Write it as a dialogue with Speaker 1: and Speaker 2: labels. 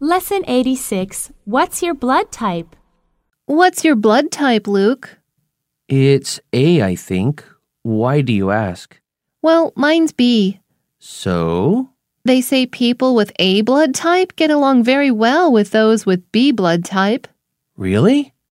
Speaker 1: Lesson 86 What's your blood type?
Speaker 2: What's your blood type, Luke?
Speaker 3: It's A, I think. Why do you ask?
Speaker 2: Well, mine's B.
Speaker 3: So?
Speaker 2: They say people with A blood type get along very well with those with B blood type.
Speaker 3: Really?